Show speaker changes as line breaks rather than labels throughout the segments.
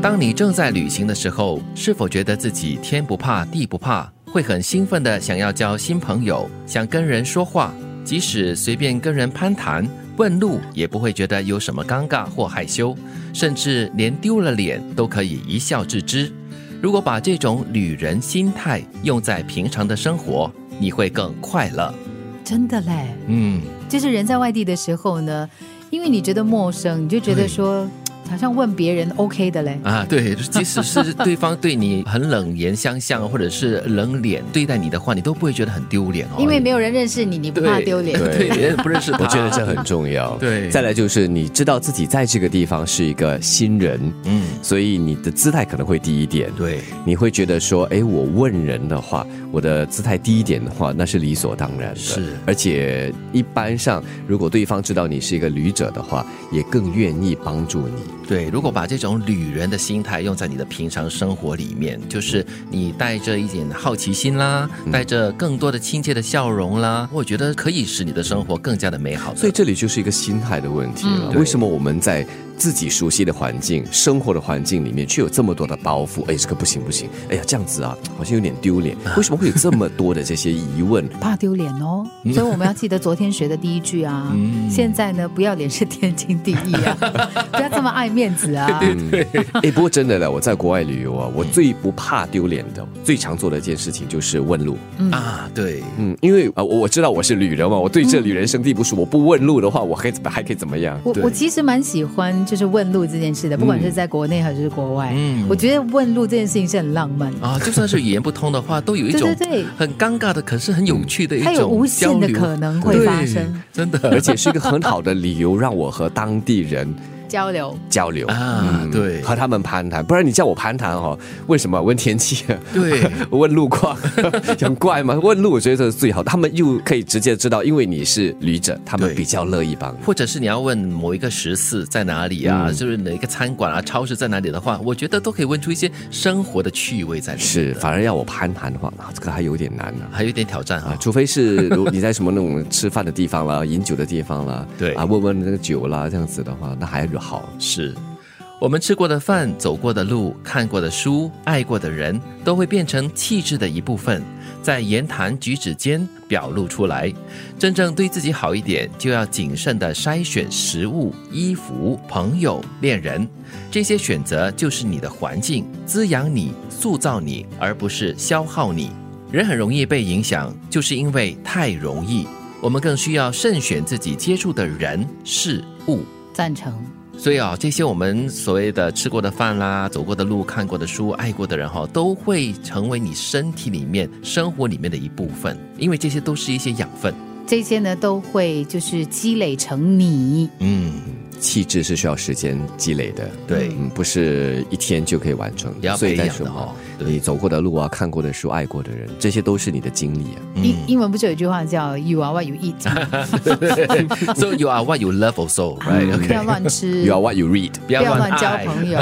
当你正在旅行的时候，是否觉得自己天不怕地不怕，会很兴奋的想要交新朋友，想跟人说话，即使随便跟人攀谈、问路，也不会觉得有什么尴尬或害羞，甚至连丢了脸都可以一笑置之。如果把这种旅人心态用在平常的生活，你会更快乐。
真的嘞，
嗯，
就是人在外地的时候呢，因为你觉得陌生，你就觉
对
得说好像问别人 OK 的嘞。
啊，对，即使是对方对你很冷言相向，或者是冷脸对待你的话，你都不会觉得很丢脸哦。
因为没有人认识你，你不怕
对
丢脸。
对，别人不认识他，
我觉得这很重要。
对
再来就是你知道自己在这个地方是一个新人，
嗯，
所以你的姿态可能会低一点。
对，
你会觉得说，哎，我问人的话，我的姿态低一点的话，那是理所当然的。
是
而且一般上，如果对方知道你是一个旅者的话，也更愿意帮助你。
对。如果把这种旅人的心态用在你的平常生活里面，就是你带着一点好奇心啦，带着更多的亲切的笑容啦，我觉得可以使你的生活更加的美好的。
所以这里就是一个心态的问题了。
嗯
为什么我们在自己熟悉的环境、生活的环境里面，却有这么多的包袱？哎，这个不行不行，哎呀，这样子啊，好像有点丢脸。为什么会有这么多的这些疑问？
怕丢脸哦，
嗯
所以我们要记得昨天学的第一 句啊。现在呢，不要脸是天经地义啊，不要这么爱面子啊。
哎，不过真的了，我在国外旅游啊，我最不怕丢脸的，最常做的一件事情就是问路。
啊，对，
嗯，因为啊、呃我我知道我是旅人嘛，我对这旅人生地不熟，我不问路的话，我还怎么还可以怎么样？
我我其实蛮喜欢就是问路这件事的，不管是在国内还是国外，
嗯
我觉得问路这件事情是很浪漫的。
啊，就算是语言不通的话，都有一种
对对对
很尴尬的，可是很有趣的一
它有
种
无限
交
的
流
可能会发
对
生
真 的，
而且是一个很好的理由，让我和当地人
交流，
交流
啊
嗯
对
和他们攀谈，不然你叫我攀谈哦，为什么问天气？
对
问路况，很怪吗？问路我觉得这是最好的，他们又可以直接知道，因为你是旅者，他们
对
比较乐意帮你。
或者是你要问某一个食肆在哪里啊，
嗯
就是哪一个餐馆啊、超市在哪里的话，我觉得都可以问出一些生活的趣味在里面，
是，反而要我攀谈的话，啊，这个还有点难呢、
还有一点挑战啊。
啊，除非是如你在什么那种吃饭的地方 啦、饮酒的地方啦，
对
啊，问问那个酒啦，这样子的话，那还好。
是我们吃过的饭、走过的路、看过的书、爱过的人，都会变成气质的一部分，在言谈举止间表露出来。真正对自己好一点，就要谨慎的筛选食物、衣服、朋友、恋人，这些选择就是你的环境，滋养你、塑造你，而不是消耗你。人很容易被影响，就是因为太容易。我们更需要慎选自己接触的人、事物。
赞成。
所以啊、这些我们所谓的吃过的饭啦、走过的路、看过的书、爱过的人哈、都会成为你身体里面、生活里面的一部分，因为这些都是一些养分。
这些呢都会就是积累成你，
嗯，
气质是需要时间积累的，
对
嗯，不是一天就可以完成
也要
所以
培
在
养
什
的
么
哦，对
你走过的路啊、看过的书、爱过的人，这些都是你的经历啊。
嗯
英、英文不是有一句话叫 “You are what you eat”，
so you are what you love also, right?
不
OK，
要乱吃
You are what you read。
不
不要乱交
爱
朋友。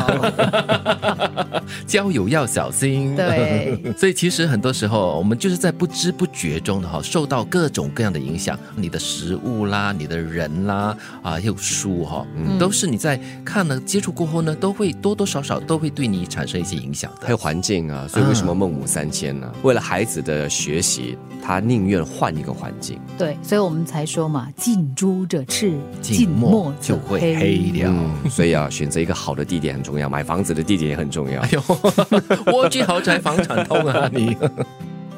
交友要小心。
对，
所以其实很多时候，我们就是在不知不觉中的哈，受到各种各样的影响，你的食物啦，你的人啦，啊，还有书哈，嗯都是你在看了接触过后呢，都会多多少少都会对你产生一些影响
还
的。
有环境啊，所以为什么孟母三迁呢、为了孩子的学习，他宁愿换一个环境。
对，所以我们才说嘛，近朱者赤，
近墨
者
就会黑了。
嗯，所以啊，选择一个好的地点很重要，买房子的地点也很重要
哎。呦， 蜗居豪宅房产通啊你！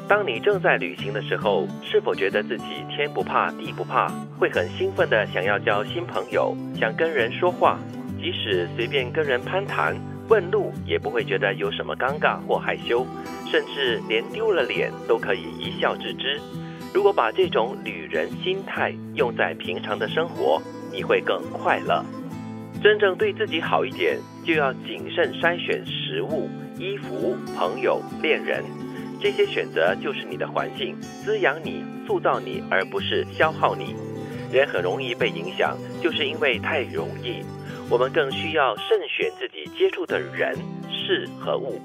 当你正在旅行的时候，是否觉得自己天不怕地不怕，会很兴奋的想要交新朋友，想跟人说话，即使随便跟人攀谈、问路，也不会觉得有什么尴尬或害羞，甚至连丢了脸都可以一笑置之。如果把这种旅人心态用在平常的生活，你会更快乐。真正对自己好一点，就要谨慎筛选食物、衣服、朋友、恋人，这些选择就是你的环境，滋养你、塑造你，而不是消耗你。人很容易被影响，就是因为太容易。我们更需要慎选自己接触的人、事和物，